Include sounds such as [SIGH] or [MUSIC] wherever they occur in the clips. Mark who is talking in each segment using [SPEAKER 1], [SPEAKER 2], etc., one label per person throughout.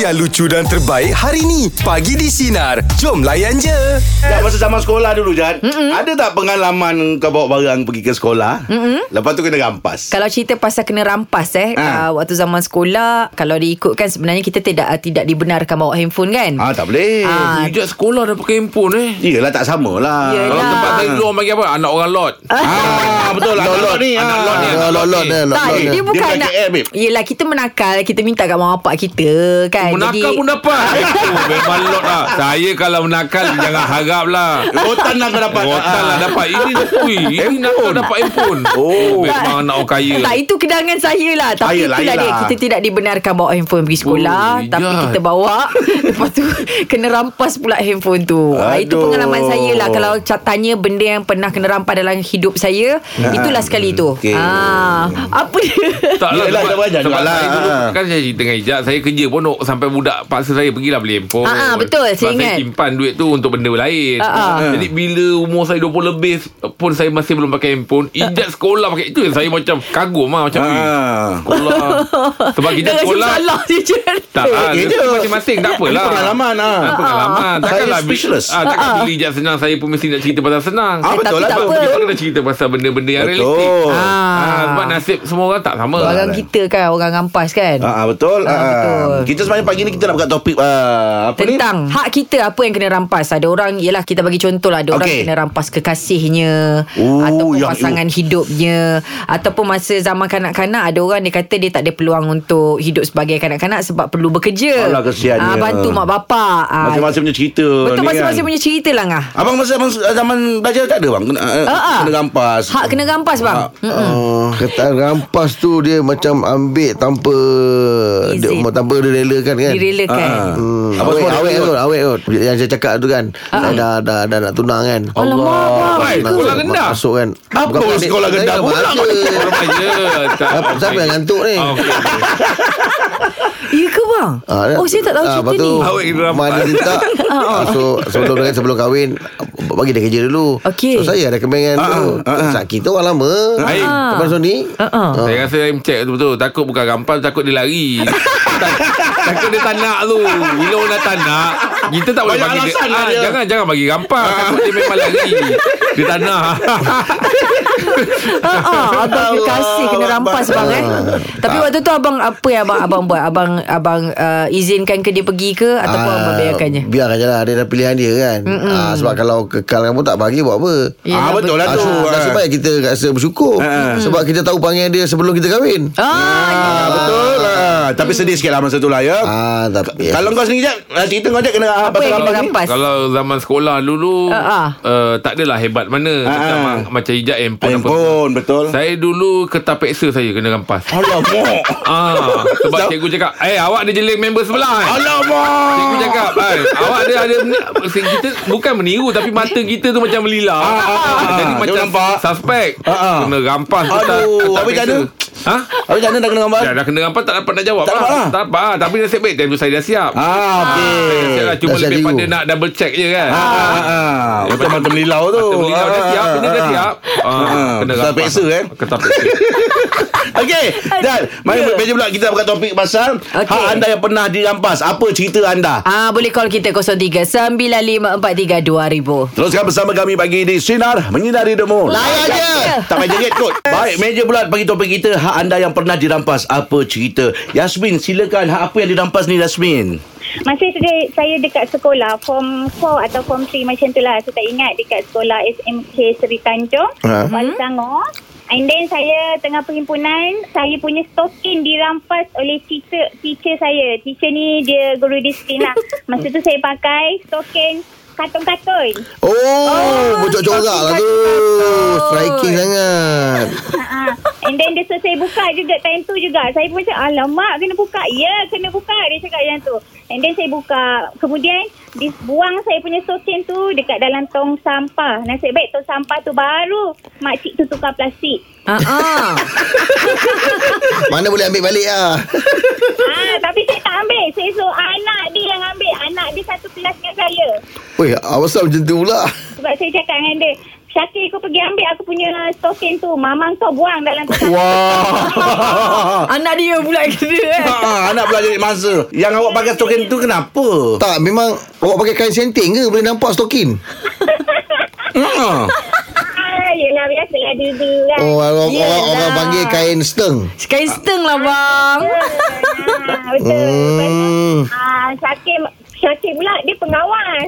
[SPEAKER 1] yang lucu dan terbaik hari ni. Pagi di Sinar. Jom layan je.
[SPEAKER 2] Dah masa zaman sekolah dulu Jan Mm-mm. Ada tak pengalaman kau bawa barang pergi ke sekolah Mm-mm. Lepas tu kena rampas
[SPEAKER 3] Kalau cerita pasal kena rampas eh
[SPEAKER 2] Ha.
[SPEAKER 3] ha. uh, waktu zaman sekolah kalau diikutkan sebenarnya kita tidak uh, tidak dibenarkan bawa handphone kan.
[SPEAKER 2] Ah tak boleh ah.
[SPEAKER 3] Ah.
[SPEAKER 4] Hijab sekolah dah pakai handphone eh.
[SPEAKER 2] Yelah tak sama lah
[SPEAKER 3] Yelah.
[SPEAKER 4] Kalau tempat [LAUGHS] tadi luar bagi apa? Anak orang lot.
[SPEAKER 2] Ah, betul lah Anak lot ni
[SPEAKER 4] Anak
[SPEAKER 2] ah.
[SPEAKER 4] lot ni.
[SPEAKER 5] Ah, lot, lot,
[SPEAKER 1] Eh,
[SPEAKER 5] lot, lot,
[SPEAKER 2] dia.
[SPEAKER 3] Tak, dia,
[SPEAKER 2] Dia
[SPEAKER 3] dia bukan
[SPEAKER 2] bukan
[SPEAKER 3] nak
[SPEAKER 2] KL, babe.
[SPEAKER 3] Yelah kita menakal Kita minta kat mak bapak kita kan
[SPEAKER 4] Menakal pun dapat Itu memang lot lah Saya kalau menakal Jangan harap lah
[SPEAKER 2] Rotan lah kau dapat
[SPEAKER 4] Rotan lah dapat Ini ui, Ini nakal dapat handphone Oh Memang anak orang kaya
[SPEAKER 3] tak, itu kedangan saya lah
[SPEAKER 2] Ayolah,
[SPEAKER 3] Tapi Ayolah, itulah dia
[SPEAKER 2] ayolah.
[SPEAKER 3] Kita tidak dibenarkan Bawa handphone pergi sekolah
[SPEAKER 4] Oh,
[SPEAKER 3] Tapi
[SPEAKER 4] ya.
[SPEAKER 3] kita bawa [LAUGHS] Lepas tu Kena rampas pula handphone tu Ah, Itu
[SPEAKER 2] Aduh.
[SPEAKER 3] pengalaman saya lah Kalau ca- tanya benda yang pernah Kena rampas dalam hidup saya Itulah sekali tu
[SPEAKER 2] Okey.
[SPEAKER 3] ah, Apa dia [LAUGHS]
[SPEAKER 4] tak lah
[SPEAKER 2] Yelah,
[SPEAKER 4] sebab,
[SPEAKER 2] dah banyak
[SPEAKER 4] sebab
[SPEAKER 2] juga lah.
[SPEAKER 4] saya dulu Kan saya cerita dengan Ijaz Saya kerja pun oh, Sampai budak paksa saya Pergilah beli handphone
[SPEAKER 3] Ah, ah, betul, saya
[SPEAKER 4] Sebab saya
[SPEAKER 3] ingat.
[SPEAKER 4] simpan duit tu Untuk benda lain
[SPEAKER 3] Ah, ah.
[SPEAKER 4] Jadi bila umur saya 20 lebih Pun saya masih belum pakai handphone Ijaz sekolah pakai Itu yang saya macam Kagum lah Macam "Eh,
[SPEAKER 2] Ah.
[SPEAKER 4] Sekolah
[SPEAKER 2] [LAUGHS]
[SPEAKER 4] Sebab kita
[SPEAKER 3] Dia rasa
[SPEAKER 4] sekolah
[SPEAKER 3] salah dia cerita.
[SPEAKER 4] tak, ah,
[SPEAKER 2] Eh,
[SPEAKER 4] rezeki
[SPEAKER 2] dia-
[SPEAKER 4] masing-masing tak apalah.
[SPEAKER 2] Ini pengalaman, ah.
[SPEAKER 4] Ah, pengalaman.
[SPEAKER 2] Saya
[SPEAKER 4] Takkanlah
[SPEAKER 2] speechless.
[SPEAKER 4] Ah, takkan bila ijaz senang saya pun mesti nak cerita pasal senang.
[SPEAKER 2] Ah,
[SPEAKER 3] Eh,
[SPEAKER 2] betul
[SPEAKER 3] tapi
[SPEAKER 2] lah
[SPEAKER 3] tak
[SPEAKER 2] tu.
[SPEAKER 4] Sebab
[SPEAKER 3] apa.
[SPEAKER 4] kita kena cerita pasal benda-benda yang realistik.
[SPEAKER 2] Betul
[SPEAKER 4] Ah, sebab nasib semua orang tak sama.
[SPEAKER 3] Orang kita kan Orang rampas kan
[SPEAKER 2] Ah, ah, betul. Ah,
[SPEAKER 3] Ah, betul.
[SPEAKER 2] Kita sebenarnya pagi ni kita nak buka topik ah, apa ni?
[SPEAKER 3] Tentang hak kita apa yang kena rampas. Ada orang ialah kita bagi contoh lah ada orang
[SPEAKER 2] Okey.
[SPEAKER 3] kena rampas kekasihnya
[SPEAKER 2] Oh,
[SPEAKER 3] ataupun
[SPEAKER 2] ya,
[SPEAKER 3] pasangan hidupnya ataupun masa zaman kanak-kanak ada orang dia kata dia tak ada peluang untuk hidup sebagai kanak-kanak sebab perlu bekerja.
[SPEAKER 2] Alah, kesiannya.
[SPEAKER 3] Ah, bantu mak bapak. Ah,
[SPEAKER 2] Masing-masing punya cerita
[SPEAKER 3] Betul
[SPEAKER 2] ni
[SPEAKER 3] masing-masing
[SPEAKER 2] kan.
[SPEAKER 3] punya cerita lah ngah.
[SPEAKER 2] Abang masa abang zaman belajar tak ada bang kena, uh,
[SPEAKER 3] ah.
[SPEAKER 2] kena rampas.
[SPEAKER 3] Hak kena rampas
[SPEAKER 2] Ah,
[SPEAKER 3] bang. Ha.
[SPEAKER 5] Oh, kata rampas tu dia macam ambil tanpa dia,
[SPEAKER 3] Izin.
[SPEAKER 5] tanpa direlakan kan.
[SPEAKER 3] Direlakan.
[SPEAKER 2] Ah.
[SPEAKER 5] Hmm,
[SPEAKER 2] Abang
[SPEAKER 5] awet,
[SPEAKER 2] semua Ah, dah
[SPEAKER 5] awet
[SPEAKER 2] ikut.
[SPEAKER 5] kot, awet kot. Yang saya cakap tu kan. Saya dah, dah, dah nak tunang kan.
[SPEAKER 3] Ah. Alamak, abang.
[SPEAKER 4] Baik,
[SPEAKER 5] Tunang,
[SPEAKER 4] sekolah rendah.
[SPEAKER 5] Masuk kan.
[SPEAKER 2] Apa
[SPEAKER 5] pandai,
[SPEAKER 2] sekolah
[SPEAKER 5] saya
[SPEAKER 2] rendah
[SPEAKER 5] dah
[SPEAKER 2] pula?
[SPEAKER 5] baca.
[SPEAKER 4] Orang kaya. Tak-
[SPEAKER 5] Siapa- siapa yang ngantuk ni?
[SPEAKER 4] Ah, okey, okey.
[SPEAKER 3] Ya ke bang?
[SPEAKER 5] Ah,
[SPEAKER 3] oh saya tak tahu
[SPEAKER 5] ah,
[SPEAKER 3] cerita
[SPEAKER 5] lepas tu,
[SPEAKER 3] ni.
[SPEAKER 4] Awet kena rampas.
[SPEAKER 5] Mana minta
[SPEAKER 3] [LAUGHS]
[SPEAKER 5] ah, so, sebelum, dengan, sebelum kahwin Bagi dia kerja dulu
[SPEAKER 3] Okey.
[SPEAKER 5] So saya ada kemengan
[SPEAKER 2] Ah,
[SPEAKER 5] tu
[SPEAKER 2] ah, ah.
[SPEAKER 5] Saat kita orang lama
[SPEAKER 4] Baik.
[SPEAKER 5] Lepas tu ni
[SPEAKER 3] Ah.
[SPEAKER 4] Saya rasa saya check tu betul Takut bukan rampas Takut dia lari Tak- Takut dia tak nak tu Bila orang dah tak nak Kita tak boleh
[SPEAKER 2] Banyak
[SPEAKER 4] bagi
[SPEAKER 2] alasan lah
[SPEAKER 4] Ah,
[SPEAKER 2] dia.
[SPEAKER 4] Jangan jangan bagi rampas Takut dia memang lari Dia tak nak
[SPEAKER 3] Ha ah, abang dia kasih kena rampas abang eh.
[SPEAKER 5] Ah.
[SPEAKER 3] Tapi waktu tu abang apa yang abang abang buat? Abang abang uh, izinkan ke dia pergi ke ataupun abang biarkannya?
[SPEAKER 5] Biarkan je Ah, lah Dia ada pilihan dia kan ah, Sebab kalau kekal kamu tak bagi buat apa
[SPEAKER 2] Ah,
[SPEAKER 3] Yelah,
[SPEAKER 2] betul lah Ah,
[SPEAKER 5] Ah,
[SPEAKER 2] tu.
[SPEAKER 5] so, Nasib baik kita rasa bersyukur Sebab kita tahu panggilan dia sebelum kita kahwin
[SPEAKER 3] Ah,
[SPEAKER 2] Ah, betul lah. Tapi sedih sikit lah masa tu lah ya.
[SPEAKER 5] Ah, tapi
[SPEAKER 2] Kalau kau sendiri jap, ah, cerita kau jap kena ah,
[SPEAKER 3] apa yang kena
[SPEAKER 2] ni?
[SPEAKER 3] rampas?
[SPEAKER 4] Kalau zaman sekolah dulu
[SPEAKER 3] Ah, ah.
[SPEAKER 4] uh, Tak adalah hebat mana
[SPEAKER 2] Ah,
[SPEAKER 4] Macam,
[SPEAKER 2] ah.
[SPEAKER 4] macam hijab handphone, apa semua.
[SPEAKER 2] Handphone betul.
[SPEAKER 4] Saya dulu ketap peksa saya kena rampas
[SPEAKER 2] Alamak.
[SPEAKER 4] Ah,
[SPEAKER 2] Sam-
[SPEAKER 4] sebab cikgu cakap, "Eh, awak ada jeling member sebelah." Eh.
[SPEAKER 2] Alamak.
[SPEAKER 4] Cikgu cakap, "Eh, awak ada ada kita bukan meniru tapi mata kita tu macam melilau."
[SPEAKER 2] Ah, ah, ah.
[SPEAKER 4] Jadi
[SPEAKER 2] Dia
[SPEAKER 4] macam
[SPEAKER 2] nampak.
[SPEAKER 4] suspek.
[SPEAKER 2] Ah, ah.
[SPEAKER 4] Kena rampas tu
[SPEAKER 2] Aduh,
[SPEAKER 4] tak
[SPEAKER 2] habis
[SPEAKER 4] peksa.
[SPEAKER 2] macam
[SPEAKER 4] Ha? Ya,
[SPEAKER 2] Habis macam mana dah kena gambar?
[SPEAKER 4] Dah, dah kena rampas tak dapat nak jawab
[SPEAKER 2] Tak
[SPEAKER 4] lah.
[SPEAKER 2] dapat lah.
[SPEAKER 4] Tak dapat lah. Tapi nasib baik Time tu saya dah siap
[SPEAKER 2] Ah, okey.
[SPEAKER 4] Saya lah cuma
[SPEAKER 5] Dah siap
[SPEAKER 4] lebih
[SPEAKER 5] cikgu.
[SPEAKER 4] pada nak double check je kan
[SPEAKER 2] Ah, ah, ah. Macam mata melilau tu.
[SPEAKER 4] Kita beli dah dah siap Benda dah siap Ah,
[SPEAKER 2] Oh, Ah,
[SPEAKER 4] Kena
[SPEAKER 2] tak
[SPEAKER 4] rampas
[SPEAKER 2] peksa, eh?
[SPEAKER 4] Kena peksa
[SPEAKER 2] Okey, dan
[SPEAKER 4] Ya.
[SPEAKER 2] mari meja pula kita buka topik pasal
[SPEAKER 3] Okey.
[SPEAKER 2] hak anda yang pernah dirampas. Apa cerita anda?
[SPEAKER 3] Ah, boleh call kita 03 9543 2000.
[SPEAKER 2] Teruskan bersama kami pagi di Sinar Menyinari Demo.
[SPEAKER 5] Layan je
[SPEAKER 2] Tak payah jerit kot Baik meja bulat Bagi topik kita Hak anda yang pernah dirampas Apa cerita Yasmin silakan Hak apa yang dirampas ni Yasmin
[SPEAKER 6] Masa itu dia, saya dekat sekolah Form 4 atau form 3 macam tu lah Saya tak ingat dekat sekolah SMK Seri Tanjung
[SPEAKER 5] Ha.
[SPEAKER 6] uh-huh. Kuala Selangor And then saya tengah perhimpunan Saya punya stocking dirampas oleh teacher, teacher saya Teacher ni dia guru disiplin lah Masa tu saya pakai stocking katun-katun
[SPEAKER 5] Oh,
[SPEAKER 3] Ah,
[SPEAKER 5] bercorak-corak lah
[SPEAKER 3] kan
[SPEAKER 5] tu Striking sangat
[SPEAKER 6] Ha. And then dia suruh saya buka juga Time tu juga Saya pun macam Alamak kena buka Ya yeah, kena buka Dia cakap macam tu And then saya buka Kemudian dia Buang saya punya sokin tu Dekat dalam tong sampah Nasib baik tong sampah tu baru Makcik tu tukar plastik
[SPEAKER 3] Ah, ah.
[SPEAKER 5] Mana boleh ambil balik lah
[SPEAKER 6] ah, Tapi saya tak ambil Saya suruh anak dia yang ambil Anak dia satu kelas dengan saya
[SPEAKER 5] Weh, awak asal macam tu pula
[SPEAKER 6] Sebab saya cakap dengan dia Syakir kau pergi ambil Aku punya stokin tu Mama kau buang dalam
[SPEAKER 5] Ah.
[SPEAKER 6] tu
[SPEAKER 2] Wah.
[SPEAKER 3] Anak dia pula kena eh.
[SPEAKER 2] Ha, [LAUGHS] anak pula jadi masa. Yang awak pakai stokin tu kenapa?
[SPEAKER 5] Tak memang Awak pakai kain senting ke Boleh nampak stokin
[SPEAKER 2] Ha.
[SPEAKER 6] Ah, yelah biasalah dulu kan
[SPEAKER 5] Oh orang,
[SPEAKER 3] Yelah.
[SPEAKER 5] orang, orang panggil kain steng
[SPEAKER 3] Kain steng lah bang.
[SPEAKER 6] Ah, Betul
[SPEAKER 5] Hmm
[SPEAKER 6] Ah, Syakir Syakir pula dia pengawas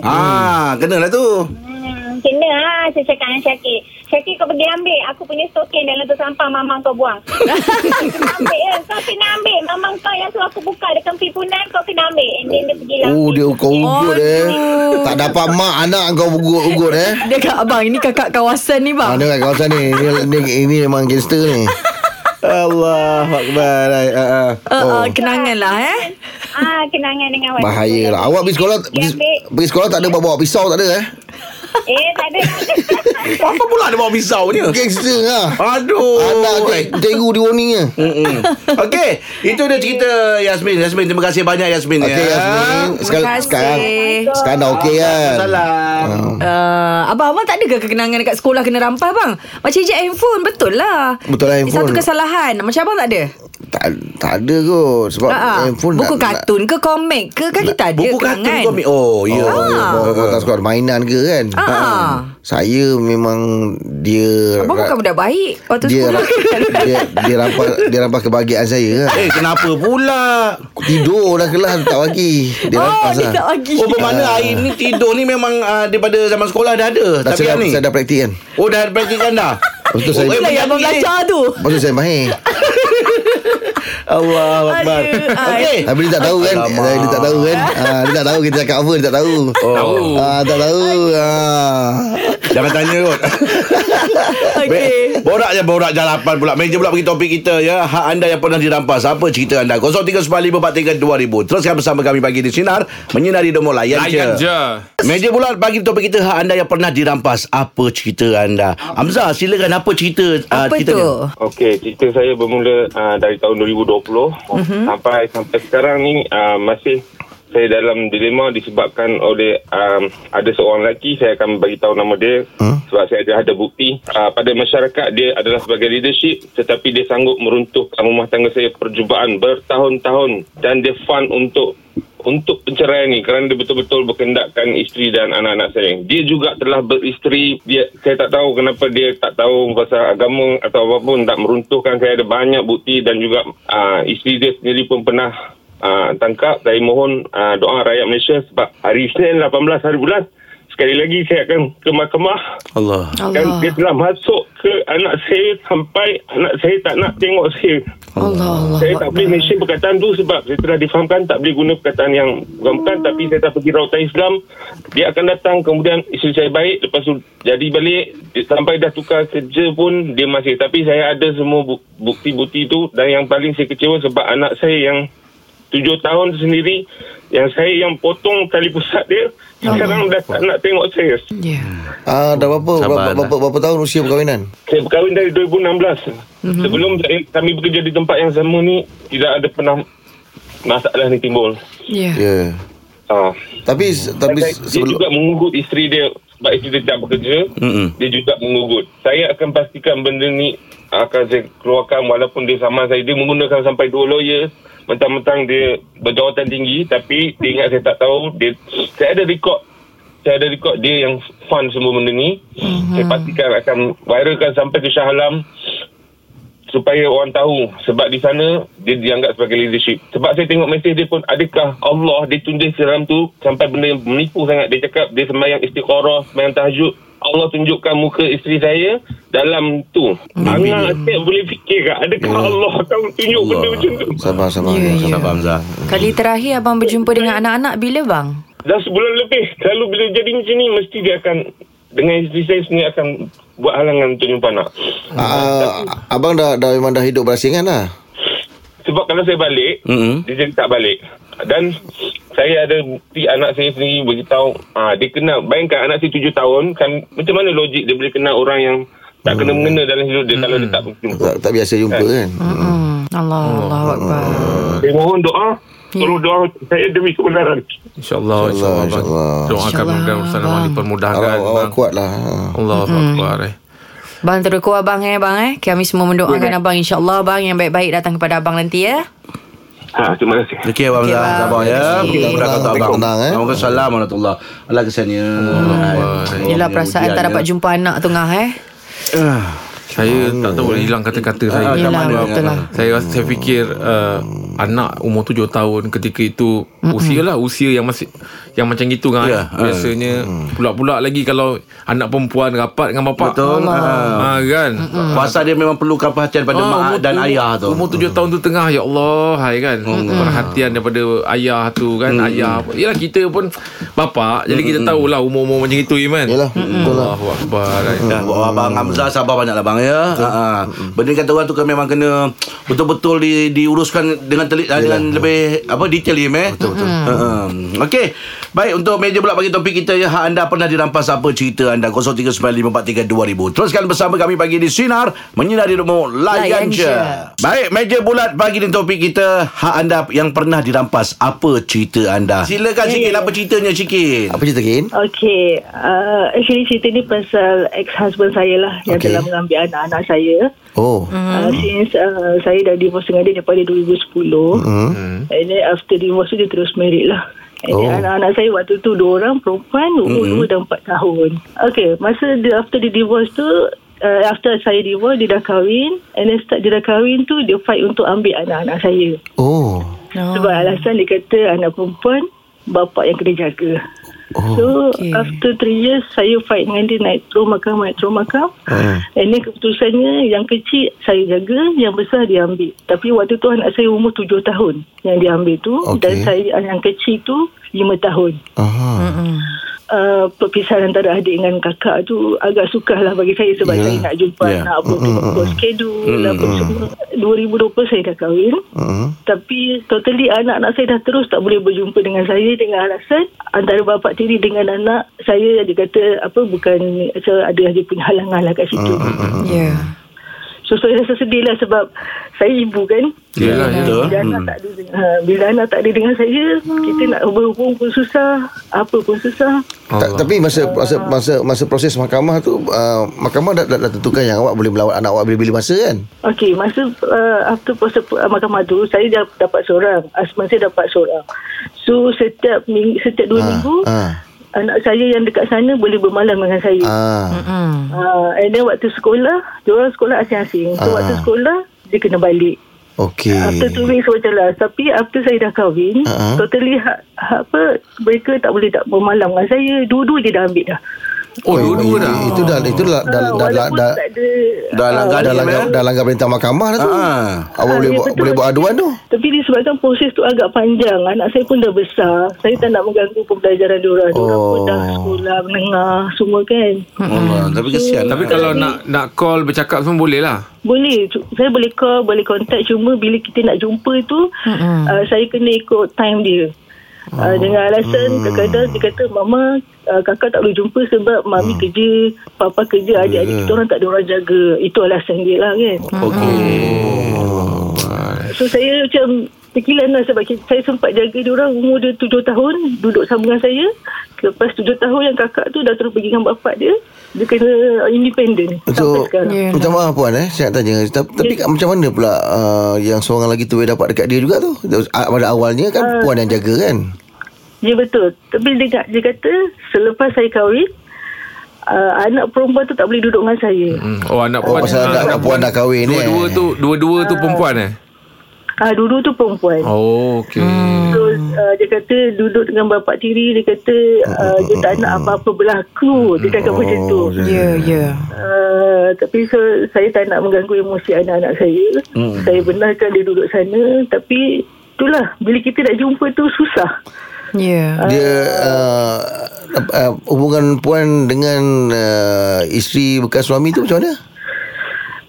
[SPEAKER 2] Ha,
[SPEAKER 5] Ah.
[SPEAKER 2] kenalah tu.
[SPEAKER 6] Hmm, kena lah saya cakap dengan Syakir. Syakir kau pergi ambil. Aku punya stokin dalam tu sampah mamang kau
[SPEAKER 5] [LAUGHS]
[SPEAKER 6] buang. ambil ya. Kau kena ambil. Mamang kau yang suruh aku buka dekat pimpunan kau kena ambil. And then dia pergi lah.
[SPEAKER 5] Oh dia kau ugut eh Tak dapat mak anak kau ugut-ugut eh
[SPEAKER 3] Dia kat abang Ini kakak kawasan ni
[SPEAKER 5] Ha,
[SPEAKER 3] bang
[SPEAKER 5] dia kat kawasan ni. Ini, ini, ini memang gangster ni.
[SPEAKER 2] Allah Akbar.
[SPEAKER 5] ah,
[SPEAKER 2] Ha, ha.
[SPEAKER 5] Oh.
[SPEAKER 3] uh, uh, Kenangan lah eh
[SPEAKER 6] Ah, kenangan dengan awak.
[SPEAKER 5] Bahaya lah. Awak pergi sekolah
[SPEAKER 3] Ya,
[SPEAKER 5] pergi,
[SPEAKER 6] ambil.
[SPEAKER 5] pergi sekolah tak ada bawa pisau tak ada eh?
[SPEAKER 6] Eh, tak ada.
[SPEAKER 5] [LAUGHS]
[SPEAKER 2] Apa pula dia bawa pisau ni?
[SPEAKER 5] Gangster lah.
[SPEAKER 2] Aduh.
[SPEAKER 5] Anak cik, cikgu di warning je.
[SPEAKER 2] Mm-mm. Okey, itu dia cerita Yasmin. Yasmin, terima kasih banyak Yasmin. ya.
[SPEAKER 5] Okey Yasmin. Sekarang,
[SPEAKER 3] Terima kasih.
[SPEAKER 5] sekarang, sekarang dah okey kan?
[SPEAKER 2] Salam.
[SPEAKER 3] Uh, abang-abang tak ada ke kenangan dekat sekolah kena rampas bang? Macam ejek handphone, betul lah.
[SPEAKER 5] Betul lah handphone.
[SPEAKER 3] Satu kesalahan. Macam abang tak ada?
[SPEAKER 5] Tak, tak ada kot. Sebab
[SPEAKER 3] Ha-ha.
[SPEAKER 5] Oh, handphone
[SPEAKER 3] Ha, Buku
[SPEAKER 5] nak- Lah,
[SPEAKER 3] kartun ke komik ke kan kita ada
[SPEAKER 2] Buku kartun
[SPEAKER 3] kenangan.
[SPEAKER 2] komik. Oh, ya.
[SPEAKER 5] Oh,
[SPEAKER 2] Yeah.
[SPEAKER 5] kau, kau tak suka ada mainan ke kan?
[SPEAKER 3] Ah.
[SPEAKER 5] Saya memang dia...
[SPEAKER 3] Abang bukan budak baik. Waktu
[SPEAKER 5] dia, lah.
[SPEAKER 3] [LAUGHS] sekolah.
[SPEAKER 5] dia, dia rampas dia rampas kebahagiaan saya kan.
[SPEAKER 2] Eh, kenapa pula?
[SPEAKER 5] Tidur dah kelas tak bagi. [LAUGHS]
[SPEAKER 3] oh,
[SPEAKER 5] Dia rampas
[SPEAKER 3] dia
[SPEAKER 5] lah.
[SPEAKER 3] tak lagi.
[SPEAKER 2] [LAUGHS] Oh, bermakna hari ni tidur ni memang uh, daripada zaman sekolah dah ada.
[SPEAKER 5] Dah
[SPEAKER 2] Tapi
[SPEAKER 5] saya,
[SPEAKER 2] ni.
[SPEAKER 5] dah, saya dah praktik kan
[SPEAKER 2] Oh, dah praktikan dah.
[SPEAKER 5] Lepas tu saya
[SPEAKER 2] Oh, eh,
[SPEAKER 3] Itulah yang abang
[SPEAKER 2] berjadi ni.
[SPEAKER 3] belajar
[SPEAKER 5] [LAUGHS]
[SPEAKER 3] tu.
[SPEAKER 5] Lepas tu saya main
[SPEAKER 2] Allahu Akbar.
[SPEAKER 3] Aduh, ai.
[SPEAKER 2] Okey.
[SPEAKER 5] Tapi dia tak tahu kan Alamak. Dia tak tahu kan ha, Dia tak tahu Kita cakap apa Dia tak tahu
[SPEAKER 2] Oh.
[SPEAKER 4] Tahu.
[SPEAKER 5] Ah, Tak tahu ha.
[SPEAKER 2] Jangan tanya [LAUGHS] kot.
[SPEAKER 3] Okey.
[SPEAKER 2] Be- Borak je borak jalapan pula. Meja pula bagi topik kita ya. Hak anda yang pernah dirampas. Apa cerita anda? 0395432000. Teruskan bersama kami bagi di sinar menyinari demo layan
[SPEAKER 4] Layan je.
[SPEAKER 2] Meja bulat bagi topik kita hak anda yang pernah dirampas. Apa cerita anda? Hamzah, silakan apa cerita ah,
[SPEAKER 3] Apa
[SPEAKER 2] cerita
[SPEAKER 3] tu?
[SPEAKER 2] dia?
[SPEAKER 7] Okey, cerita saya bermula uh, dari tahun 2020 uh-huh. sampai sampai sekarang ni uh, masih saya dalam dilema disebabkan oleh um, ada seorang lelaki saya akan bagi tahu nama dia hmm? sebab saya ada ada bukti uh, pada masyarakat dia adalah sebagai leadership tetapi dia sanggup meruntuhkan rumah tangga saya percubaan bertahun-tahun dan dia fund untuk untuk penceraian ni kerana dia betul-betul berkendakkan isteri dan anak-anak saya. Dia juga telah beristeri. Dia saya tak tahu kenapa dia tak tahu pasal agama atau apa pun tak meruntuhkan saya ada banyak bukti dan juga uh, isteri dia sendiri pun pernah uh, tangkap. Saya mohon uh, doa rakyat Malaysia sebab hari Isnin 18 hari bulan sekali lagi saya akan ke mahkamah
[SPEAKER 2] Allah.
[SPEAKER 7] dan
[SPEAKER 3] Allah.
[SPEAKER 7] Kan, dia telah masuk ke anak saya sampai anak saya tak nak tengok saya.
[SPEAKER 3] Allah Allah.
[SPEAKER 7] Saya tak boleh mention perkataan tu sebab saya telah difahamkan tak boleh guna perkataan yang bukan-bukan tapi saya dah pergi Rautan Islam dia akan datang kemudian isteri saya baik lepas tu jadi balik dia- sampai dah tukar kerja pun dia masih tapi saya ada semua bu- bukti-bukti tu dan yang paling saya kecewa sebab anak saya yang tujuh tahun sendiri yang saya yang potong tali pusat dia sekarang dah tak nak tengok saya
[SPEAKER 3] Ya.
[SPEAKER 5] Ah, dah berapa,
[SPEAKER 2] Sabar
[SPEAKER 5] berapa,
[SPEAKER 2] lah.
[SPEAKER 5] berapa, berapa tahun usia perkahwinan?
[SPEAKER 7] saya berkahwin dari 2016 sebelum saya, kami bekerja di tempat yang sama ni tidak ada pernah masalah ni timbul
[SPEAKER 3] Ya.
[SPEAKER 5] Ya. Yeah.
[SPEAKER 7] Ah.
[SPEAKER 5] Tapi tapi
[SPEAKER 7] Tapi dia
[SPEAKER 5] sebelum Mhm.
[SPEAKER 7] juga mengugut isteri dia sebab isteri dia tak bekerja.
[SPEAKER 2] Mm-mm.
[SPEAKER 7] Dia juga mengugut. Saya akan pastikan benda ni akan saya keluarkan walaupun dia sama saya dia menggunakan sampai dua lawyer mentang-mentang dia berjawatan tinggi tapi dia ingat saya tak tahu dia saya ada rekod saya ada rekod dia yang fund semua benda ni mm-hmm. saya pastikan akan viralkan sampai ke Shah Alam supaya orang tahu sebab di sana dia dianggap sebagai leadership sebab saya tengok mesej dia pun adakah Allah dia tulis dalam tu sampai benda yang menipu sangat dia cakap dia sembahyang istikharah sembahyang tahajud Allah tunjukkan muka isteri saya dalam tu anak saya boleh fikir kak adakah Allah tahu tunjuk benda macam tu
[SPEAKER 5] Sabar, sabar.
[SPEAKER 3] Ya,
[SPEAKER 5] sabar.
[SPEAKER 3] ya.
[SPEAKER 2] Sabar Hamzah.
[SPEAKER 3] Kali terakhir abang berjumpa dengan anak-anak bila bang?
[SPEAKER 7] dah sebulan lebih selalu bila jadi macam ni mesti dia akan dengan isteri saya sendiri akan buat halangan untuk jumpa anak
[SPEAKER 5] Ah, abang dah, dah memang dah hidup berasingan lah.
[SPEAKER 7] Sebab kalau saya balik,
[SPEAKER 2] Mm-mm.
[SPEAKER 7] mm-hmm. dia jadi tak balik. Dan saya ada bukti anak saya sendiri beritahu, ah, dia kenal, bayangkan anak saya tujuh tahun, kan macam mana logik dia boleh kenal orang yang tak kena mengena dalam hidup dia kalau dia tak berjumpa.
[SPEAKER 5] Mm. Tak, tak biasa
[SPEAKER 7] Eh.
[SPEAKER 5] jumpa kan?
[SPEAKER 3] Hmm. Allah Allah
[SPEAKER 5] Oh,
[SPEAKER 3] Akbar.
[SPEAKER 7] Saya mohon doa, tolong doa saya demi kebenaran.
[SPEAKER 4] InsyaAllah.
[SPEAKER 5] InsyaAllah,
[SPEAKER 4] InsyaAllah.
[SPEAKER 5] insyaAllah.
[SPEAKER 4] Doakan
[SPEAKER 3] InsyaAllah,
[SPEAKER 4] mudah-mudahan urusan awak
[SPEAKER 3] abang.
[SPEAKER 4] dipermudahkan.
[SPEAKER 5] Awak, awak
[SPEAKER 3] Hmm.
[SPEAKER 4] bang.
[SPEAKER 5] kuat lah. Ha.
[SPEAKER 4] Allah Akbar eh.
[SPEAKER 3] Bang terkuat abang eh bang eh. Kami semua mendoakan
[SPEAKER 6] Ya,
[SPEAKER 3] abang insya-Allah bang yang baik-baik datang kepada abang nanti ya.
[SPEAKER 7] Ha, terima kasih.
[SPEAKER 2] Okey abang
[SPEAKER 3] Okey,
[SPEAKER 2] okay,
[SPEAKER 3] Abang.
[SPEAKER 2] sabar ya.
[SPEAKER 3] Okey.
[SPEAKER 2] Kita berdoa kata abang.
[SPEAKER 5] Tenang, eh.
[SPEAKER 2] Waalaikumsalam warahmatullahi. Allah ya. kesannya. Hmm.
[SPEAKER 3] Yelah ya. perasaan tak dapat jumpa anak tengah eh.
[SPEAKER 4] Saya tak tahu boleh hilang kata-kata
[SPEAKER 2] Ah,
[SPEAKER 4] saya.
[SPEAKER 3] Yelah
[SPEAKER 2] mana,
[SPEAKER 3] betul lah.
[SPEAKER 4] Saya rasa saya fikir uh, anak umur tujuh tahun ketika itu mm usia lah usia yang masih yang macam gitu kan.
[SPEAKER 2] Ya,
[SPEAKER 4] Yeah,
[SPEAKER 2] ah.
[SPEAKER 4] Biasanya pula-pula lagi kalau anak perempuan rapat dengan bapak.
[SPEAKER 2] Betul.
[SPEAKER 4] Ha,
[SPEAKER 2] Ah.
[SPEAKER 4] kan.
[SPEAKER 2] Pasal dia memang perlukan perhatian pada
[SPEAKER 4] Ah,
[SPEAKER 2] mak dan
[SPEAKER 4] umur-
[SPEAKER 2] ayah tu. Hmm.
[SPEAKER 4] Umur tujuh tahun tu tengah Ya Allah hai kan Perhatian daripada ayah tu kan Ayah apa. Yelah kita pun Bapak Jadi
[SPEAKER 2] Hmm.
[SPEAKER 4] kita tahulah Umur-umur macam itu Iman
[SPEAKER 5] Yelah, betul lah.
[SPEAKER 4] Allahu Akbar kan.
[SPEAKER 2] Ya, buat abang Hamzah sabar banyaklah bang ya. Ha. ha. Benda ni kata orang tu kan memang kena betul-betul di, diuruskan dengan telit eh, dengan lebih apa detail ya meh. Betul betul. Ha. ha. Okey. Baik untuk meja pula bagi topik kita ya hak anda pernah dirampas apa cerita anda 0395432000. Teruskan bersama kami pagi di sinar menyinari rumah layan
[SPEAKER 3] Layan
[SPEAKER 2] je.
[SPEAKER 3] je.
[SPEAKER 2] Baik meja bulat pagi ni topik kita hak anda yang pernah dirampas apa cerita anda. Silakan sikit apa ceritanya sikit.
[SPEAKER 5] Apa cerita Kin?
[SPEAKER 8] Okay, uh, actually cerita ni pasal ex-husband saya lah yang
[SPEAKER 5] Okey.
[SPEAKER 8] okay. telah mengambil anak-anak saya.
[SPEAKER 5] Oh.
[SPEAKER 8] Uh, since uh, saya dah divorce dengan dia daripada 2010.
[SPEAKER 5] Hmm.
[SPEAKER 8] Mm. And then after divorce tu dia terus married lah. And
[SPEAKER 5] Oh. Hmm.
[SPEAKER 8] oh. anak-anak saya waktu tu dua orang perempuan umur mm. 2 dan 4 tahun. Okay, masa dia, after dia divorce tu, uh, after saya divorce dia dah kahwin. And then start dia dah kahwin tu, dia fight untuk ambil anak-anak saya.
[SPEAKER 5] Oh.
[SPEAKER 8] Oh. Sebab alasan dia kata anak perempuan bapa yang kena jaga. Oh, so
[SPEAKER 3] okey.
[SPEAKER 8] okay. after 3 years saya fight dengan dia naik turun makam naik turun makam.
[SPEAKER 5] Hmm.
[SPEAKER 8] And then keputusannya yang kecil saya jaga, yang besar dia ambil. Tapi waktu tu anak saya umur 7 tahun yang dia ambil tu
[SPEAKER 5] Okey.
[SPEAKER 8] okay. dan saya yang kecil tu 5 tahun.
[SPEAKER 5] Aha.
[SPEAKER 8] Uh, perpisahan antara adik dengan kakak tu agak sukar lah bagi saya sebab
[SPEAKER 5] Yelah.
[SPEAKER 8] saya nak jumpa
[SPEAKER 2] Ya.
[SPEAKER 8] yeah. anak apa mm, schedule mm, apa semua. 2020 saya dah kahwin.
[SPEAKER 5] Hmm.
[SPEAKER 8] Tapi totally anak-anak saya dah terus tak boleh berjumpa dengan saya dengan alasan antara bapa tiri dengan anak saya dia kata apa bukan saya ada dia punya halangan lah kat situ.
[SPEAKER 3] Ya.
[SPEAKER 8] So saya rasa sedih lah sebab saya ibu kan.
[SPEAKER 2] Ya,
[SPEAKER 4] Yelah, yelah.
[SPEAKER 8] Bila
[SPEAKER 2] Mm.
[SPEAKER 8] anak tak ada dengan, ha, bila anak tak ada dengan saya kita nak berhubung pun susah, apa pun susah.
[SPEAKER 5] Ta- tapi masa masa masa masa proses mahkamah tu uh, mahkamah dah, dah, dah tentukan yang awak boleh melawat anak awak bila-bila masa kan.
[SPEAKER 8] Okey, masa uh, after proses uh, mahkamah tu saya dah dapat seorang, asma saya dapat seorang. So setiap minggu, setiap dua minggu
[SPEAKER 5] Ah.
[SPEAKER 8] anak saya yang dekat sana boleh bermalam dengan saya.
[SPEAKER 5] Ah.
[SPEAKER 3] Hmm.
[SPEAKER 8] Uh, and then waktu sekolah, diorang sekolah asing-asing.
[SPEAKER 5] Ah.
[SPEAKER 8] So, waktu sekolah, dia kena balik.
[SPEAKER 5] Okey.
[SPEAKER 8] After two weeks macam lah. Tapi after saya dah kahwin,
[SPEAKER 5] Ah.
[SPEAKER 8] totally hak, hak apa, mereka tak boleh tak bermalam dengan saya. Dua-dua je dah ambil dah.
[SPEAKER 4] Oh dua-dua dah
[SPEAKER 5] Itu dah itu dah dah
[SPEAKER 8] Ah,
[SPEAKER 5] dah dah
[SPEAKER 8] walaupun
[SPEAKER 5] dah,
[SPEAKER 8] tak ada...
[SPEAKER 2] Dah langgar
[SPEAKER 5] dah
[SPEAKER 2] dah
[SPEAKER 4] eh?
[SPEAKER 5] langgar
[SPEAKER 2] langgar.
[SPEAKER 5] dah langgar perintah mahkamah dah tu.
[SPEAKER 2] Ah.
[SPEAKER 5] Awak
[SPEAKER 8] Ah,
[SPEAKER 5] boleh
[SPEAKER 8] ya,
[SPEAKER 5] buat,
[SPEAKER 8] betul.
[SPEAKER 5] boleh buat aduan tu.
[SPEAKER 8] Tapi disebabkan proses tu agak panjang. Anak saya pun dah besar. Saya tak nak mengganggu pembelajaran diorang. Diorang pun
[SPEAKER 5] Oh.
[SPEAKER 8] dah sekolah, menengah, semua kan.
[SPEAKER 2] Allah,
[SPEAKER 3] Hmm.
[SPEAKER 2] tapi kesian. Ha.
[SPEAKER 4] Tapi kalau nak nak call bercakap semua boleh lah
[SPEAKER 8] Boleh, cu- saya boleh call, boleh contact cuma bila kita nak jumpa tu mm-hmm. uh, saya kena ikut time dia. Uh, dengan alasan kadang-kadang dia kata mama uh, kakak tak boleh jumpa sebab mami kerja, papa kerja, adik-adik kita orang tak ada orang jaga. Itu alasan dia lah kan.
[SPEAKER 2] Okey.
[SPEAKER 8] So saya macam terkilan lah sebab kita, saya sempat jaga dia orang umur dia tujuh tahun duduk sama dengan saya. Lepas tujuh tahun yang kakak tu dah terus pergi dengan bapak dia. Dia kena independent
[SPEAKER 5] So
[SPEAKER 8] sampai sekarang.
[SPEAKER 3] Ya.
[SPEAKER 5] Minta maaf puan eh Saya nak tanya Tapi, tapi kat- macam mana pula uh, Yang seorang lagi tu Boleh dapat dekat dia juga tu Dia- ah, Pada awalnya kan Puan yang jaga kan
[SPEAKER 8] Ya betul. Tapi dia, dia kata selepas saya kahwin uh, anak perempuan tu tak boleh duduk dengan saya.
[SPEAKER 4] hmm. Oh anak
[SPEAKER 5] Oh
[SPEAKER 4] puan
[SPEAKER 5] pasal
[SPEAKER 4] Ah,
[SPEAKER 5] anak, anak puan dah kahwin eh
[SPEAKER 4] Dua-dua tu Dua-dua tu perempuan eh
[SPEAKER 8] Ah uh, dulu tu perempuan.
[SPEAKER 4] Oh okay
[SPEAKER 2] Hmm.
[SPEAKER 8] So uh, dia kata duduk dengan bapa tiri dia kata uh, dia tak nak apa-apa berlaku. Dia cakap macam tu.
[SPEAKER 3] Ya ya.
[SPEAKER 8] Uh, tapi so, saya tak nak mengganggu emosi anak-anak saya.
[SPEAKER 5] Hmm.
[SPEAKER 8] Saya benarkan dia duduk sana tapi itulah bila kita nak jumpa tu susah.
[SPEAKER 3] Ya.
[SPEAKER 5] Dia uh, uh, Hubungan puan dengan uh, Isteri bekas suami tu macam mana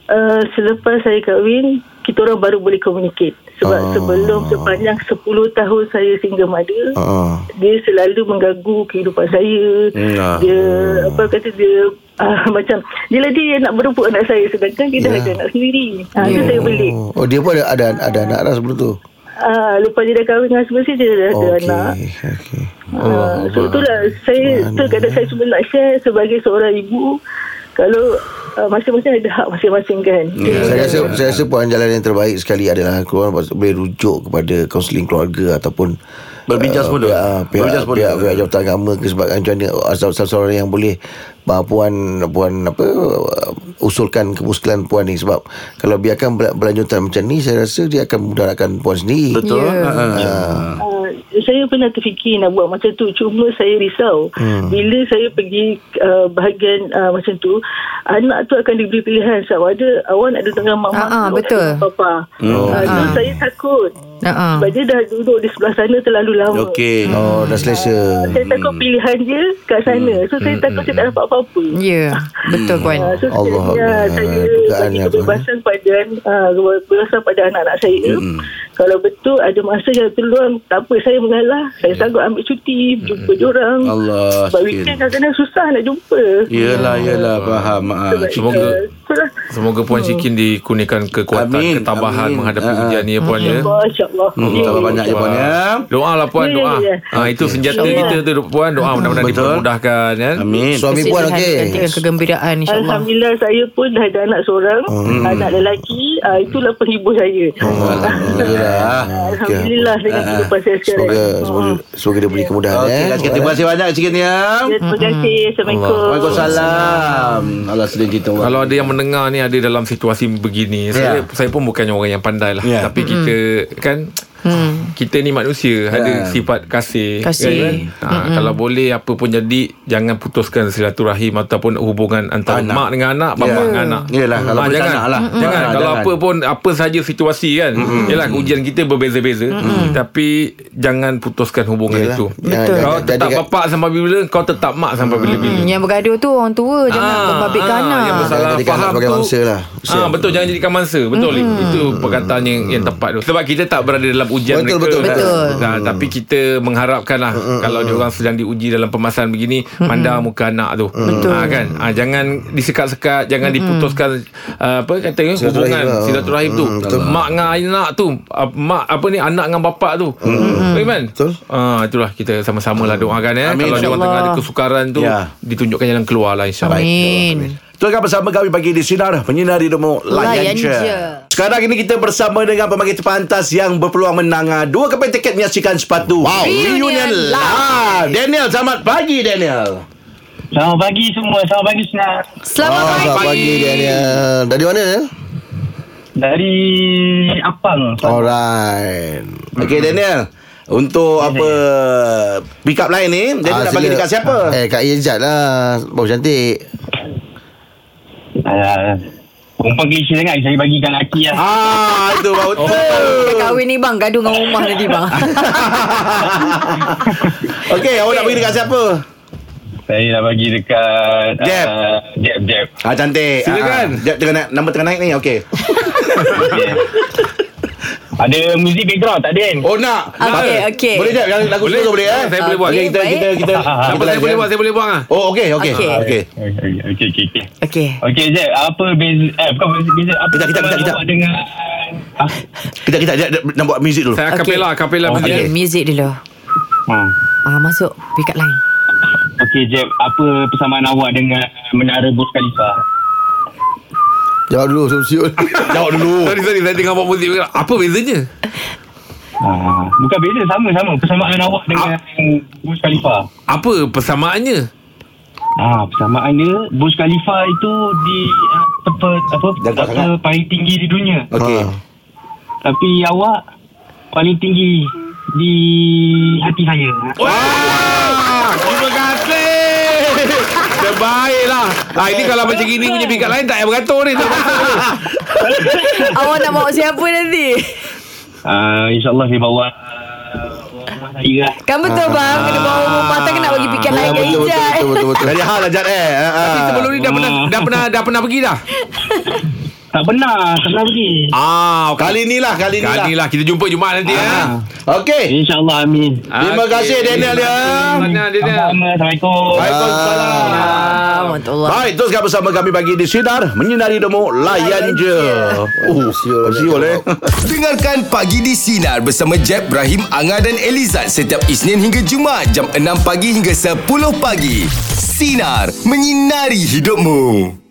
[SPEAKER 8] Uh, selepas saya kahwin, kita orang baru boleh communicate. Sebab
[SPEAKER 5] Ah.
[SPEAKER 8] sebelum sepanjang 10 tahun saya single mother,
[SPEAKER 5] uh,
[SPEAKER 8] dia selalu mengganggu kehidupan saya.
[SPEAKER 5] Ya.
[SPEAKER 2] Hmm.
[SPEAKER 8] Dia apa kata dia ah, [LAUGHS] macam dia lah dia yang nak berebut anak saya sedangkan dia
[SPEAKER 5] Ya.
[SPEAKER 8] dah ada anak sendiri. Ah yeah. tu saya belik.
[SPEAKER 5] Oh dia pun ada Ada, ada anak dah sebelum tu
[SPEAKER 8] Ah lepas dia dah kahwin dengan semasa dia dah ada
[SPEAKER 5] Okey
[SPEAKER 8] anak.
[SPEAKER 5] okay.
[SPEAKER 8] Ah, so itulah saya tu kata saya cuma nak share sebagai seorang ibu kalau uh, masing-masing ada hak masing-masing kan.
[SPEAKER 5] Yeah. Ya, Saya rasa saya rasa pun jalan yang terbaik sekali adalah keluar boleh rujuk kepada kaunseling keluarga ataupun
[SPEAKER 2] Berbincang semula.
[SPEAKER 5] pihak, ah, pihak,
[SPEAKER 2] Berbincang
[SPEAKER 5] pihak,
[SPEAKER 2] semula.
[SPEAKER 5] pihak, pihak jabatan agama ke sebabkan macam mana asal seorang yang boleh ah, puan puan apa ah, usulkan kemuskilan puan ni sebab kalau biarkan ber- berlanjutan macam ni saya rasa dia akan mudaratkan puan sendiri.
[SPEAKER 2] Betul.
[SPEAKER 3] Ya.
[SPEAKER 2] Ha, ha.
[SPEAKER 8] Uh, saya pernah terfikir nak buat macam tu cuma saya risau hmm. bila saya pergi uh, bahagian uh, macam tu anak tu akan diberi pilihan sebab ada awak nak duduk dengan mak
[SPEAKER 3] Ah, ah,
[SPEAKER 8] awak nak
[SPEAKER 3] betul.
[SPEAKER 8] duduk dengan papa
[SPEAKER 2] Oh.
[SPEAKER 8] uh, tu saya takut
[SPEAKER 3] Ha-ha.
[SPEAKER 8] sebab dia dah duduk di sebelah sana terlalu lama
[SPEAKER 2] Okey.
[SPEAKER 5] Oh dah selesa.
[SPEAKER 8] saya takut pilihan dia kat sana so saya takut saya tak dapat apa-apa
[SPEAKER 3] Ya, betul puan.
[SPEAKER 8] Ah, So
[SPEAKER 5] Allah
[SPEAKER 8] sebenarnya
[SPEAKER 5] Allah.
[SPEAKER 8] saya
[SPEAKER 5] Dugaan
[SPEAKER 8] bagi
[SPEAKER 5] ya, Tuhan.
[SPEAKER 8] kebebasan pada uh, kebebasan pada anak-anak saya. Kalau betul ada masa yang terluang, tak apa saya mengalah. Saya sanggup ambil cuti, jumpa diorang.
[SPEAKER 2] Allah, Ya.
[SPEAKER 8] Sebab
[SPEAKER 2] sikit.
[SPEAKER 8] weekend kadang-kadang susah nak jumpa.
[SPEAKER 2] Yelah, yelah. Faham. Ha.
[SPEAKER 4] Semoga
[SPEAKER 8] Uh, so lah.
[SPEAKER 4] Semoga Puan Syikin dikurniakan kekuatan
[SPEAKER 2] Amin,
[SPEAKER 4] Ketabahan
[SPEAKER 2] amin.
[SPEAKER 4] menghadapi
[SPEAKER 2] Ah, ah.
[SPEAKER 4] ujian ni ya Puan ya
[SPEAKER 8] Allah, insyaAllah.
[SPEAKER 2] Hmm, tambah banyak ya, Puan ya.
[SPEAKER 4] Doa lah Puan
[SPEAKER 8] Ya,
[SPEAKER 4] doa.
[SPEAKER 8] ya, ya.
[SPEAKER 4] Ha, itu senjata
[SPEAKER 8] Insya
[SPEAKER 4] kita tu Puan doa mudah-mudahan
[SPEAKER 2] Betul.
[SPEAKER 4] dipermudahkan kan.
[SPEAKER 2] Amin.
[SPEAKER 5] Suami puan okey.
[SPEAKER 3] Dengan kegembiraan insyaAllah.
[SPEAKER 8] Alhamdulillah saya pun dah ada anak seorang Anak lelaki uh, Itulah penghibur saya
[SPEAKER 2] Ah,
[SPEAKER 8] Ah,
[SPEAKER 5] Alhamdulillah.
[SPEAKER 8] Alhamdulillah Dengan kehidupan saya sekarang
[SPEAKER 5] Semoga semoga, semoga dia beri kemudahan eh.
[SPEAKER 2] Okey, Kak Siti, terima kasih banyak Kak Siti ya.
[SPEAKER 8] Ya, Terima kasih Assalamualaikum
[SPEAKER 2] Waalaikumsalam. Allah sedih cerita. Wak.
[SPEAKER 4] Kalau ada yang mendengar ni ada dalam situasi begini,
[SPEAKER 2] Ya.
[SPEAKER 4] saya saya pun bukannya orang yang pandai lah,
[SPEAKER 2] Ya.
[SPEAKER 4] tapi kita kan kita ni manusia
[SPEAKER 2] Ya.
[SPEAKER 4] ada sifat kasih.
[SPEAKER 3] Kasih.
[SPEAKER 4] Kan? Ha, kalau boleh apa pun jadi jangan putuskan silaturahim ataupun hubungan antara
[SPEAKER 2] Anak.
[SPEAKER 4] mak dengan anak, bapa
[SPEAKER 2] Ya.
[SPEAKER 4] dengan anak.
[SPEAKER 2] Yelah, kalau
[SPEAKER 4] Ah,
[SPEAKER 2] boleh
[SPEAKER 4] jangan
[SPEAKER 2] anak lah.
[SPEAKER 4] Jangan
[SPEAKER 2] Ah,
[SPEAKER 4] kalau
[SPEAKER 2] jangan.
[SPEAKER 4] apa pun apa saja situasi kan. Yalah ujian kita berbeza-beza, tapi jangan putuskan hubungan
[SPEAKER 5] Yelah.
[SPEAKER 4] itu.
[SPEAKER 5] Jangan-
[SPEAKER 2] Ya,
[SPEAKER 4] Kau
[SPEAKER 5] jangan-
[SPEAKER 4] tetap
[SPEAKER 5] jadikan-
[SPEAKER 4] bapak sampai bila, kau tetap mak sampai bila-bila.
[SPEAKER 3] Hmm, yang bergaduh tu orang tua jangan
[SPEAKER 4] Ah,
[SPEAKER 3] berbabit
[SPEAKER 4] ah,
[SPEAKER 3] kanan.
[SPEAKER 4] yang besar-
[SPEAKER 5] Jangan
[SPEAKER 4] Salah
[SPEAKER 5] jadikan anak
[SPEAKER 4] faham
[SPEAKER 5] sebagai
[SPEAKER 4] tu.
[SPEAKER 5] mangsa lah.
[SPEAKER 4] Ah betul jangan jadikan mangsa betul mm.
[SPEAKER 3] Hmm.
[SPEAKER 4] itu perkataan yang yang tepat tu sebab kita tak berada dalam ujian
[SPEAKER 5] Betul,
[SPEAKER 4] mereka
[SPEAKER 5] betul, Hmm,
[SPEAKER 3] betul.
[SPEAKER 4] Nah, tapi kita mengharapkanlah kalau dia orang sedang diuji dalam permasalahan begini
[SPEAKER 3] Hmm.
[SPEAKER 4] pandang muka anak tu betul ah, kan ah, jangan disekat-sekat jangan
[SPEAKER 3] Hmm.
[SPEAKER 4] diputuskan ah, apa kata ni,
[SPEAKER 5] Silaturahim
[SPEAKER 4] hubungan
[SPEAKER 5] lah.
[SPEAKER 4] silaturahim tu
[SPEAKER 5] Mm, betul.
[SPEAKER 4] mak dengan anak tu ah, mak apa ni anak dengan bapak tu mm. kan
[SPEAKER 5] Hmm. Betul.
[SPEAKER 4] ah itulah kita sama-samalah doakan ya
[SPEAKER 2] Amin.
[SPEAKER 4] kalau dia orang
[SPEAKER 3] InsyaAllah.
[SPEAKER 4] tengah ada kesukaran tu
[SPEAKER 2] Ya.
[SPEAKER 4] ditunjukkan jalan keluar lah insyaallah
[SPEAKER 3] Amin.
[SPEAKER 2] Tuan bersama kami pagi di Sinar Menyinari Demo Layan
[SPEAKER 3] Layan
[SPEAKER 2] je.
[SPEAKER 3] je.
[SPEAKER 2] Sekarang ini kita bersama dengan pemakai terpantas yang berpeluang menang ah, dua keping tiket menyaksikan sepatu. Wow.
[SPEAKER 3] Reunion
[SPEAKER 2] live.
[SPEAKER 3] live.
[SPEAKER 2] Lah, Daniel, selamat pagi Daniel.
[SPEAKER 9] Selamat pagi semua. Selamat pagi Sinar.
[SPEAKER 3] Selamat
[SPEAKER 5] Ah, Selamat
[SPEAKER 3] pagi.
[SPEAKER 5] pagi Daniel. Dari mana?
[SPEAKER 9] Dari Apang.
[SPEAKER 5] Alright.
[SPEAKER 2] Okey Daniel. Untuk apa pick up lain ni, Daniel
[SPEAKER 5] Ah,
[SPEAKER 2] nak bagi
[SPEAKER 5] sila.
[SPEAKER 2] dekat siapa?
[SPEAKER 5] Eh, Kak Yejat lah. Bau cantik.
[SPEAKER 9] Uh, perempuan klise sangat. Saya bagi kat lelaki lah.
[SPEAKER 2] Ah, itu baru tu.
[SPEAKER 3] Dah kahwin ni bang Gaduh dengan rumah nanti bang
[SPEAKER 2] Okey, awak nak bagi dekat siapa?
[SPEAKER 9] Saya dah bagi dekat...
[SPEAKER 2] Jeb.
[SPEAKER 9] Uh, Jeb, Jeb.
[SPEAKER 2] Ah cantik. Ah,
[SPEAKER 4] Silakan.
[SPEAKER 2] dia tengah naik, nombor tengah naik ni. Okey.
[SPEAKER 9] Okay. Ada kan? muzik background tak, Din?
[SPEAKER 2] Oh nak.
[SPEAKER 3] Okey,
[SPEAKER 2] Nak.
[SPEAKER 3] okey.
[SPEAKER 2] Boleh jap yang lagu
[SPEAKER 4] Boleh. Ah,
[SPEAKER 2] boleh, boleh eh.
[SPEAKER 4] Saya boleh buat. Ah,
[SPEAKER 2] Okey, kita
[SPEAKER 3] Baik.
[SPEAKER 2] kita kita
[SPEAKER 9] Apa
[SPEAKER 4] apa saya boleh buat saya boleh buat ah
[SPEAKER 2] Oh okey okey.
[SPEAKER 3] Okey.
[SPEAKER 2] Okey.
[SPEAKER 9] Okey, okey, okey. Okay.
[SPEAKER 3] Okay
[SPEAKER 9] Okey, Jeb. Apa beza... Eh, bukan beza. beza apa
[SPEAKER 2] Kejap, kejap,
[SPEAKER 9] persamaan
[SPEAKER 2] kejap,
[SPEAKER 9] awak dengan... Ah,
[SPEAKER 2] Kita kita jap jap, nak buat muzik dulu.
[SPEAKER 4] Saya
[SPEAKER 3] Okey.
[SPEAKER 4] kapela kapela
[SPEAKER 9] Oh,
[SPEAKER 3] Okay,
[SPEAKER 4] okay.
[SPEAKER 3] music dulu
[SPEAKER 9] hmm.
[SPEAKER 3] Ah Masuk Pick up line
[SPEAKER 9] Okey, Jeb. Apa persamaan awak dengan Menara Burj Khalifa?
[SPEAKER 5] Jawab dulu, Sob [LAUGHS] Siul.
[SPEAKER 2] Jawab dulu.
[SPEAKER 4] Sorry sorry saya tengah buat muzik Apa bezanya
[SPEAKER 9] Ah, bukan beza sama-sama persamaan awak dengan Burj Khalifa.
[SPEAKER 4] Apa persamaannya
[SPEAKER 9] Ah, persamaan dia Burj Khalifa itu di ah, apa apa,
[SPEAKER 2] Jaga
[SPEAKER 9] apa paling tinggi di dunia.
[SPEAKER 2] Okey.
[SPEAKER 5] Ah.
[SPEAKER 9] Tapi awak paling tinggi di hati saya.
[SPEAKER 4] Wah Terima kasih Terbaiklah ah, Ini kalau macam gini punya pikat lain Tak payah beratur ni Tak beratur ni
[SPEAKER 3] Awak nak bawa siapa nanti
[SPEAKER 9] Ah, insyaallah saya bawa ah, rumah saya lah.
[SPEAKER 3] Kan betul bang Kena bawa rumah Tak kena bagi pick up line Kat
[SPEAKER 5] Ah, betul, betul,
[SPEAKER 3] Ijat
[SPEAKER 5] betul, betul, betul.
[SPEAKER 2] Dari hal ajat eh. Ha, ha.
[SPEAKER 4] Sebelum ni dah pernah Dah pernah dah pernah pergi dah
[SPEAKER 9] Tak benar, tak pernah pergi.
[SPEAKER 4] Ah okay.
[SPEAKER 2] Kali ni lah, kali ni lah.
[SPEAKER 4] Kali lah Kita jumpa Jumaat nanti ah.
[SPEAKER 2] Okey.
[SPEAKER 9] InsyaAllah amin.
[SPEAKER 4] ah.
[SPEAKER 2] Terima kasih, Daniel, ya.
[SPEAKER 4] Mana Daniel
[SPEAKER 9] Sama-sama. Assalamualaikum.
[SPEAKER 2] Waalaikumsalam.
[SPEAKER 3] Ah, Alhamdulillah
[SPEAKER 2] Baik, teruskan bersama kami pagi di Sinar Menyinari Demo Layan Je Oh,
[SPEAKER 5] siul.
[SPEAKER 2] siul eh
[SPEAKER 1] Dengarkan Pagi di Sinar bersama Jeb, Ibrahim, Anga dan Elizad setiap Isnin hingga Jumaat jam 6 pagi hingga 10 pagi. Sinar. Menyinari hidupmu.